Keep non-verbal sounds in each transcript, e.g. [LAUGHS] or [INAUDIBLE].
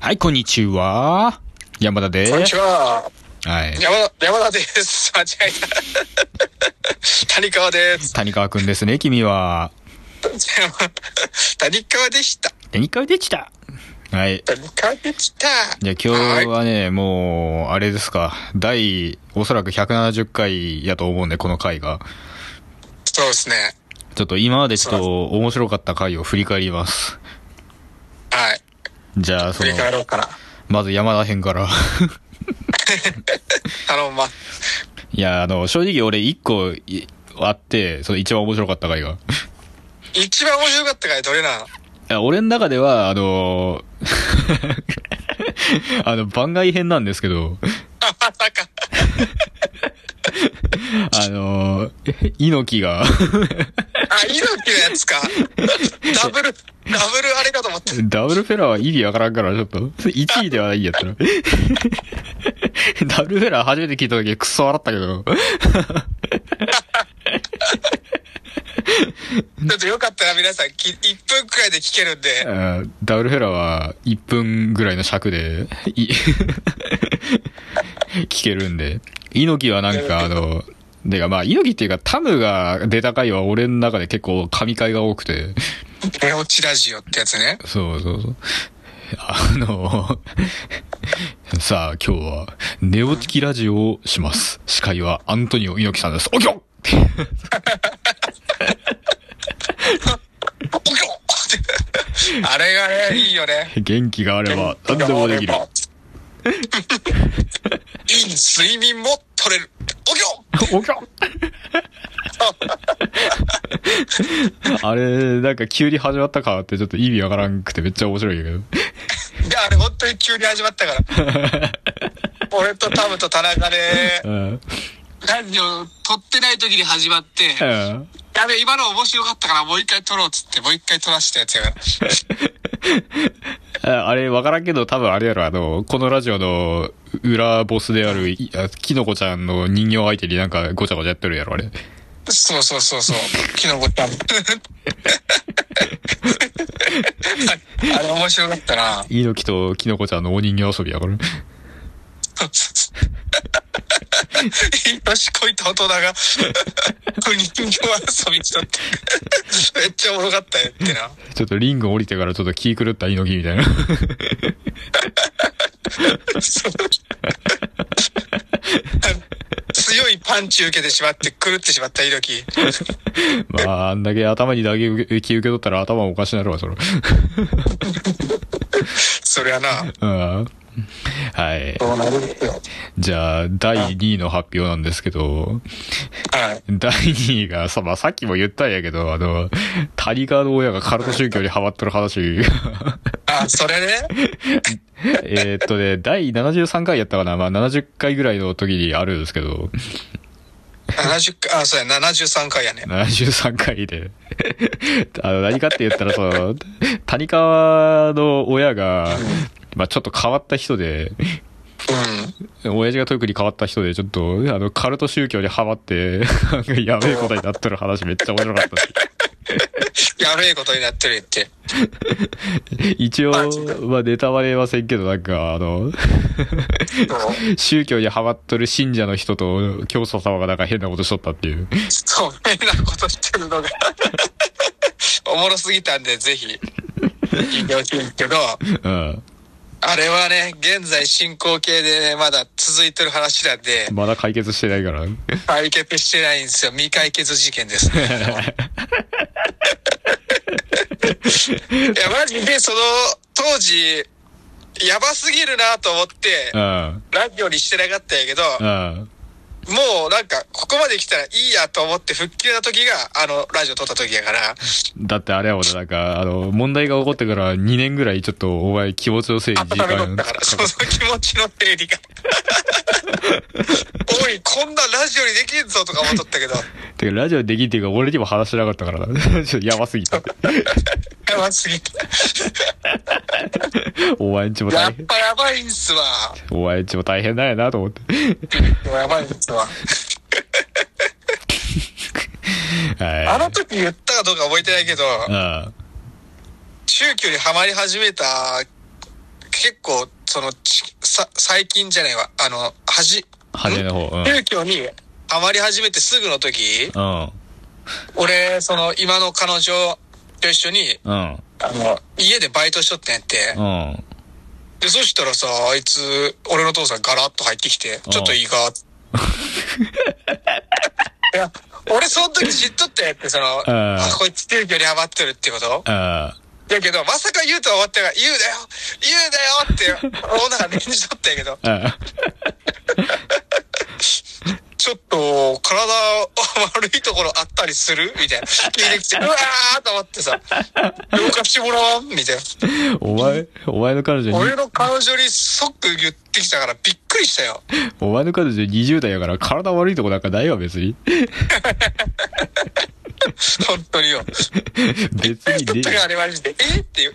はい、こんにちは。山田です。こんにちは。はい。山田、山田です。 [LAUGHS] 間違えた。谷川です。 [LAUGHS] 谷川くんですね、君は。谷川でした。谷川できた。はい。谷川でした。じゃあ今日はね、もう、あれですか、第、おそらく170回やと思うんで、この回が。そうですね。ちょっと今までちょっそと面白かった回を振り返ります。はい。じゃあ、そ振のり、返ろうかな。まず山田編から。頼むわ。いや、あの、正直俺一個いあって、その一番面白かった回が。一番面白かった回どれなの [LAUGHS] いや俺の中では、あの、 [LAUGHS] あの、番外編なんですけど、あ、まさか。あの、 [LAUGHS] 猪木が、あ、猪木のやつ [LAUGHS] か。ダブル、ダブルあれかと思った。ダブルフェラーは意味わからんから、ちょっと、1位ではないん [LAUGHS] やったら。ダブルフェラー初めて聞いた時クソ笑ったけど、ちょっとよかったら皆さん、き1分くらいで聞けるんで。あーダブルフェラーは1分ぐらいの尺で、い [LAUGHS] 聞けるんで、猪木はなんかあの、てかまあ猪木っていうかタムが出た回は俺の中で結構神回が多くて、寝落ちラジオってやつね。 [LAUGHS] そうそうそう。あの、さあ今日は、寝落ちラジオをします。司会はアントニオ猪木さんです。おきょおきょあれがね、いいよね。元気があれば何でもで [LAUGHS] きる。いい睡眠も取れる。おきょおきょ [LAUGHS] あれ、なんか急に始まったかってちょっと意味わからんくてめっちゃ面白いんやけいや、あれ本当に急に始まったから。 [LAUGHS] 俺とタムと田中で、ど。うん。ラジオ撮ってない時に始まって、うんやべ、今の面白かったからもう一回撮ろうっつって、もう一回撮らせたやつやから。ああれ、わからんけど、多分あれやろ、あの、このラジオの裏ボスである、いあきのこちゃんの人形相手になんかごちゃごちゃやってるやろ、あれ。そうそうそうそう。キノコタム。 [LAUGHS] あれ面白かったな。猪木ときのこちゃんのお人形遊びやから。 [LAUGHS] [LAUGHS] 賢い大人が、人形遊びしとって。めっちゃおもろかったよってな。 [LAUGHS] ちょっとリング降りてからちょっと気狂った猪木みたいな。 [LAUGHS] そう強いパンチ受けてしまって、狂ってしまった猪木。まあ、あんだけ頭にだけ受け気受け取ったら頭おかしなるわ、それ。 [LAUGHS] そりゃな。うん。はい。そうなるよ。じゃあ、第2位の発表なんですけど、はい。第2位がさ、まあ、さっきも言ったんやけど、あの、谷川の親がカルト宗教にハマっとる話。 [LAUGHS] あ、それね。えーっとね、第73回やったかな、まあ、70回ぐらいの時にあるんですけど、 70回、あ、そうや、73回やね。 73回で。 [LAUGHS] あの、何かって言ったら、その、谷川の親が、まあ、ちょっと変わった人で、うん。親父が特に変わった人で、ちょっと、あの、カルト宗教にハマって、 [LAUGHS] なんかやべえことになってる話めっちゃ面白かったです。やべえことになってるって。一応マジで、まあ、ネタバレはせんけど、なんか、あの、そう宗教にハマっとる信者の人と、教祖様がなんか変なことしとったっていう。そう、変なことしてるのが。 [LAUGHS] おもろすぎたんで、ぜひ、聞いてほしいんですけど、うん。あれはね、現在進行形でね、まだ続いてる話なんで、まだ解決してないから。解決してないんですよ。未解決事件です。いや、マジで、その、当時、やばすぎるなと思って、うん。ラジオにしてなかったんやけど、うん。もうなんか、ここまで来たらいいやと思って復帰の時が、あの、ラジオ撮った時やから、だってあれはもんなんか、あの、問題が起こってから2年ぐらいちょっとお前気持ちのせいに時温めと間ったから、その気持ちの整 [LAUGHS] 理が。おい、こんなラジオにできんぞとか思っとったけど、てかラジオできんっていうか俺にも話してなかったから [LAUGHS] なちょっとやばすぎた。やばすぎて。お前んちもや大っ変、ぱやばいんすわ。お前んちも大変だよなと思って。やばいんすわ。あはの時言ったかどうか覚えてないけど、い。うん。宗教にはまり始めた結構、その、ちさ、最近じゃないわ、あの、はじ、初めの方。うん。宗教にハマり始めてすぐの時、うん。俺、その、今の彼女と一緒に、うん。あの、家でバイトしとってんやってう。ん。で、そしたらさ、あいつ、俺の父さんガラッと入ってきて、うんちょっとい [LAUGHS] いか。いや、俺その時知っとったやって、その、んあこいつ宗教にハマってるってことあだけど、まさか言うとは思ったから、言うだよ言うだよって、俺の中で演じとったんやけど、あ。あちょっと、体、悪いところあったりするみたいな。聞いてき [LAUGHS] て、うわーと思ってさ、了解してもらわんみたいな。あ。お前、お前の彼女に、俺の彼女に即言ってきたからびっくりしたよ。お前の彼女20代やから体悪いとこなんかないわ、別に。本当によ。別えにっと [LAUGHS] ねったからあれマジで、えっていう。 [LAUGHS]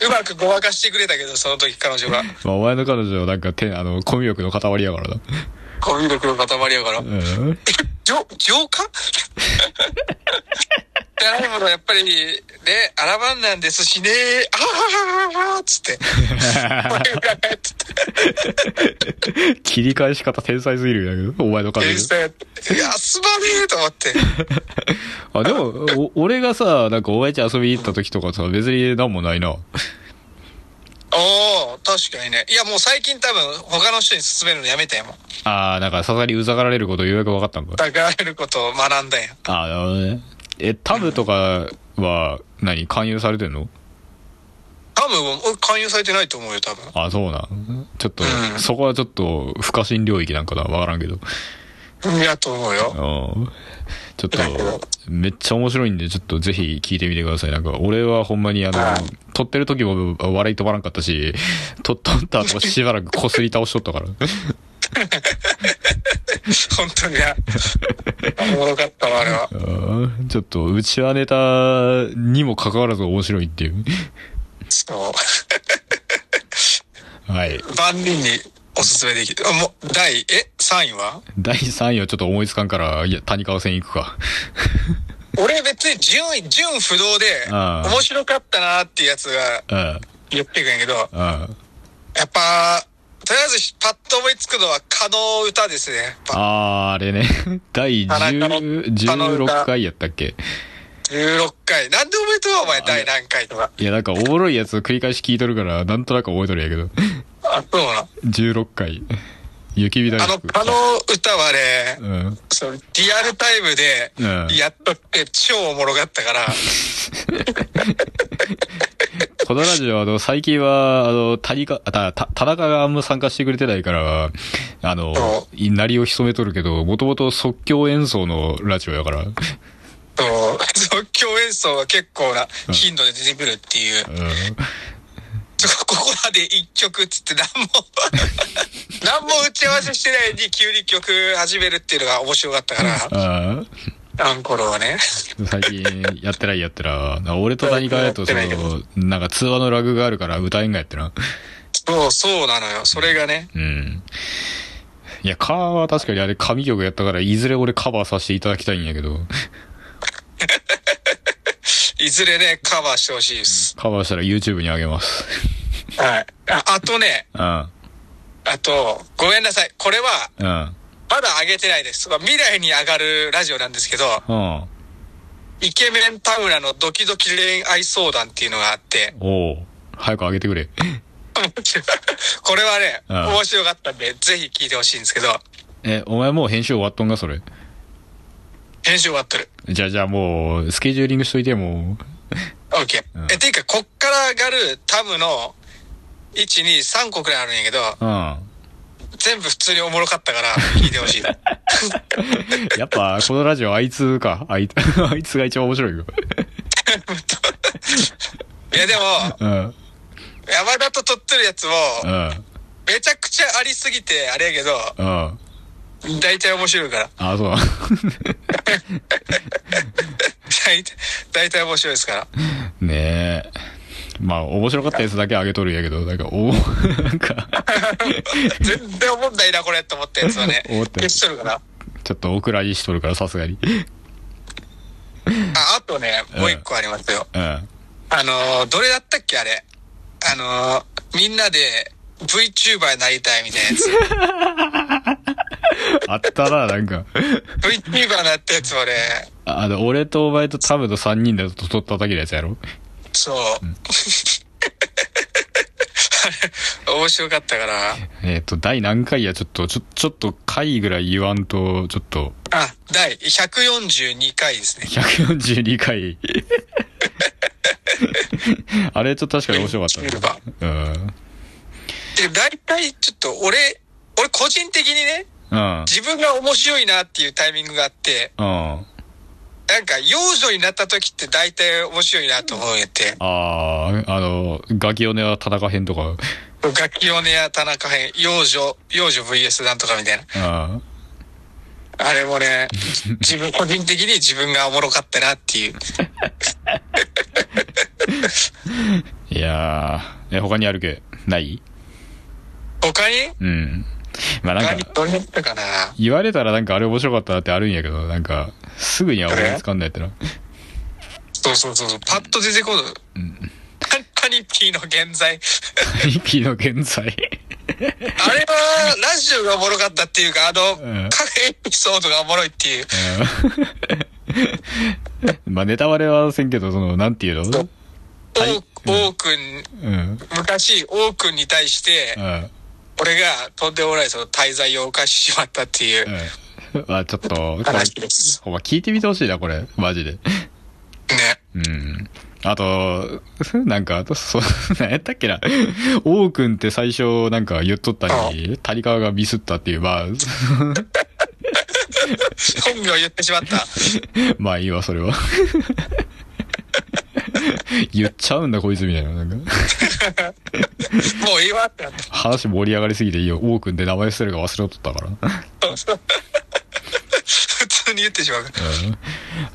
うまくごまかしてくれたけど、その時彼女が。まあ、お前の彼女はなんか手、あの、コミュ力の塊やからな。コミュ力の塊やから。うん。え、浄浄化じゃ [LAUGHS] ないもの、やっぱり、ね、あらばんなんですしね、あははははつって。 [LAUGHS] 切り返し方天才すぎるんだけど、お前の彼天女。才やっていや、すまねえと思って。あ、でも、お俺がさ、なんかお前ち遊びに行った時とかさ、別になんもないな。おお確かにね。いや、もう最近多分、他の人に勧めるのやめたよ、もう。ああ、なんかさすがにうざがられることようやく分かったんか。疑われることを学んだよ。ああ、なるほどね。え、タブとかは、何、勧誘されてんの多分、俺勧誘されてないと思うよ、多分。あ、そうなん。ちょっと、うんそこはちょっと、不可侵領域なんかな、わからんけど。いや、と思うよ。うんちょっと、めっちゃ面白いんで、ちょっとぜひ聞いてみてください。なんか、俺はほんまにあのはい、撮ってる時も笑い止まらんかったし、撮撮った後もしばらく擦り倒しとったから。本当にね。おもろかったわ、あれは。うんちょっと、うちはネタにも関わらず面白いっていう。そはい。う。万人におすすめできる。あもう、第、え、3位は第3位はちょっと思いつかんから、いや、谷川戦行くか。俺別に順位、順不動で、ああ面白かったなっていうやつがうん。言ってくんやけど、やうん。っぱ、とりあえずパッと思いつくのは、可能歌ですね。やっぱあー、あれね。 [LAUGHS] 第田中の10田中の歌16回やったっけ16回。なんで覚えとんお前、第何回とか。いや、なんかおもろいやつ繰り返し聞いとるから、なんとなく覚えとるんやけど。あ、そうな。 16回。雪見大あの、福。可能歌はね、うん。そのリアルタイムでうん、やっとって超おもろかったから、このラジオ、あの、最近は、あの、谷川、あた、た、田中があんま参加してくれてないから、あのそ、なりを潜めとるけど、もともと即興演奏のラジオやから。うん。そう即興演奏が結構な頻度で出てくるっていう、ここまで一曲っつって何も、何も打ち合わせしてないのに急に曲始めるっていうのが面白かったから、ああの頃はね。ー最近、やってないやってな。俺と谷川やと、そやってないの、なんか通話のラグがあるから歌えんがやってな。そう、そうなのよ。それがね。うん。いや、カーは確かにあれ神曲やったから、いずれ俺カバーさせていただきたいんやけど、いずれね、カバーしてほしいです。カバーしたら YouTube にあげます。はい。ああとね、うん。あと、ごめんなさい。これは、うん。まだ上げてないです。まあ未来に上がるラジオなんですけど、うん。イケメン田村のドキドキ恋愛相談っていうのがあって、おう早く上げてくれ。 [LAUGHS] これはね、うん面白かったんで、ぜひ聞いてほしいんですけど、え、お前もう編集終わっとんが、それ。編集終わってる。じゃあ、じゃあもう、スケジューリングしといて、もオッケうー。んえ、ていうか、こっから上がるタムの、1、2、3個くらいあるんやけど、う。うん。や全部普通におもろかったから、聞いて [LAUGHS] ほしい。っぱ、 [LAUGHS] このラジオ、あいつか。あいつ、 [LAUGHS] あいつが一番面白いよ。いや、でも、うん。山田と撮ってるやつも、うん。めちゃくちゃありすぎて、あれやけど、うん。大体面白いから。あ、そう。 [LAUGHS] 大体、大体面白いで [LAUGHS] すから。ねえ。まあ、面白かったやつだけ上げとるんやけど、なんか、お [LAUGHS] なんか、全然おもんないな、これ、と思ったやつはね、思った消しとるから。ちょっとお蔵にしとるから、さすがに。あ、あとね、もう一個ありますよ。うん。あのーどれだったっけあれ。あのーみんなで VTuber になりたいみたいなや [LAUGHS] つ。あったな、なんか。 VTuber になったやつ俺、あの、俺とお前とタムの3人だと取っただけのやつやろそう。あれ、面白かったから。えっ、と、第何回や、ちょっと、ちょ、ちょっと回ぐらい言わんと、ちょっと、あ、第142回ですね。 142回。 [LAUGHS] あれ、ちょっと確かに面白かっ見れたばね。で、大体ちょっと俺、俺個人的にね、うん。自分が面白いなっていうタイミングがあって、うん。うん。なんか幼女になった時って大体面白いなと思えて、ああ、あの、ガキオネは田中編とか。楽器をねや田中編、幼女、幼女 VS なんとかみたいな。うん。あれ [LAUGHS] もね、自分、個人的に自分がおもろかったなっていう。いやー、え、他にあるけない他にうん。まあな何んか、どれだったかな言われたらなんかあれ面白かったなってあるんやけど、なんか、すぐには思いつかんないってな。そうそうそうそう、パッと出てこる。パンパニッキーの現在。 [LAUGHS] ミキの現在。あれは、ラジオがおもろかったっていうか、あの、うん各エピソードがおもろいっていう。 [LAUGHS] まあネタバレはせんけど、その、なんていうのはい王君、うん。昔、王君に対して、うん。俺がとんでもないその滞在を犯してしまったっていううん。まあちょっと、これ話です。ほんま聞いてみてほしいな、これ。マジで。ね。うん。あと、なんか、あとそう、 [LAUGHS] なんやったっけな。王くんって最初なんか言っとったり、谷川がミスったっていう、まあ、本名を言ってしまった。まあいいわ、それは。 [LAUGHS] 言っちゃうんだ、こいつみたいな。なんか、もういいわってなった。話盛り上がりすぎていいよ。王くんって名前するか忘れとったから。普通に言ってしまう。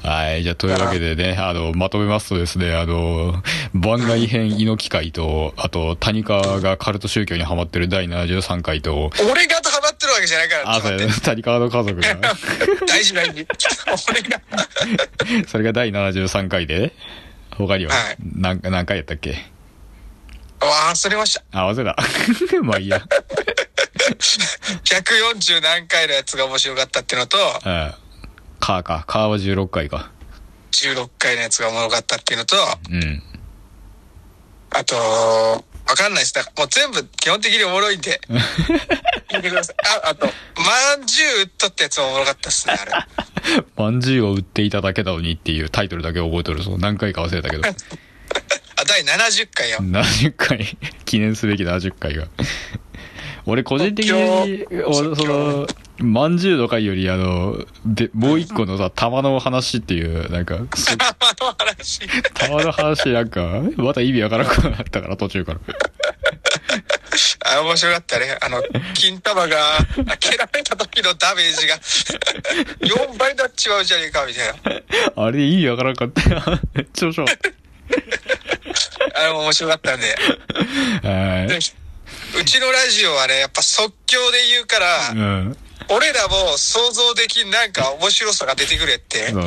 はい。じゃあ、というわけでね、あの、まとめますとですね、あの、番外編猪木会と、あと、谷川がカルト宗教にハマってる第73回と、俺がハマってるわけじゃないから。あ、ちそょっうとや待っ谷川の家族 [LAUGHS] が、て大事な意味。 [LAUGHS] 俺が。それが第73回で、他にははい何、何回やったっけわあ、忘れました。あ、忘れた。 [LAUGHS] まあいいや。 140何回のやつが面白かったってのと、うん。カーか。カーは16回か。 16回のやつがおもろかったっていうのと、うん。あと、わかんないです。だからもう全部基本的におもろい [LAUGHS] んで。聞いてください。あ、あと、まんじゅう打っとったやつもおもろかったっすね、あれ。まんじゅうを売っていただけたのにっていうタイトルだけ覚えとる。そう何回か忘れたけど。あ、第70回 [LAUGHS] よ。 70回記念すべき70回が俺個人的に即興俺そ即の興まんじゅうの回よりあのでもう一個のさ玉の話っていうなんかす [LAUGHS] あの話。玉の話なんかまた意味わからなくなったから途中からあ、面白かったね。 [LAUGHS] あの、金玉が、あ蹴られた時のダメージが、4倍に [LAUGHS] なっちまうじゃねえか、みたいな。あれ意味わからんかったよめっちゃ面白かっあれも面白かったんで。たはでいうちのラジオはね、やっぱ即興で言うから、うん俺らも想像できんなんか面白さが出てくれってそ、う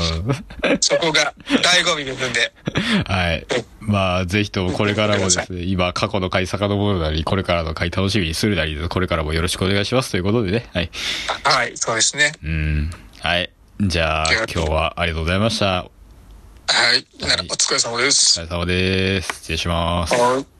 そこが醍醐味部分で。はいまあぜひともこれからもですね今過去の回遡るなりこれからの回楽しみにするなりこれからもよろしくお願いしますということでねはいはい、そうですね。うん。はい。じゃあ、ありがと今う日はありがとうございました。はい。なら、お疲れ様ですお。疲れ様です。失礼します。はい。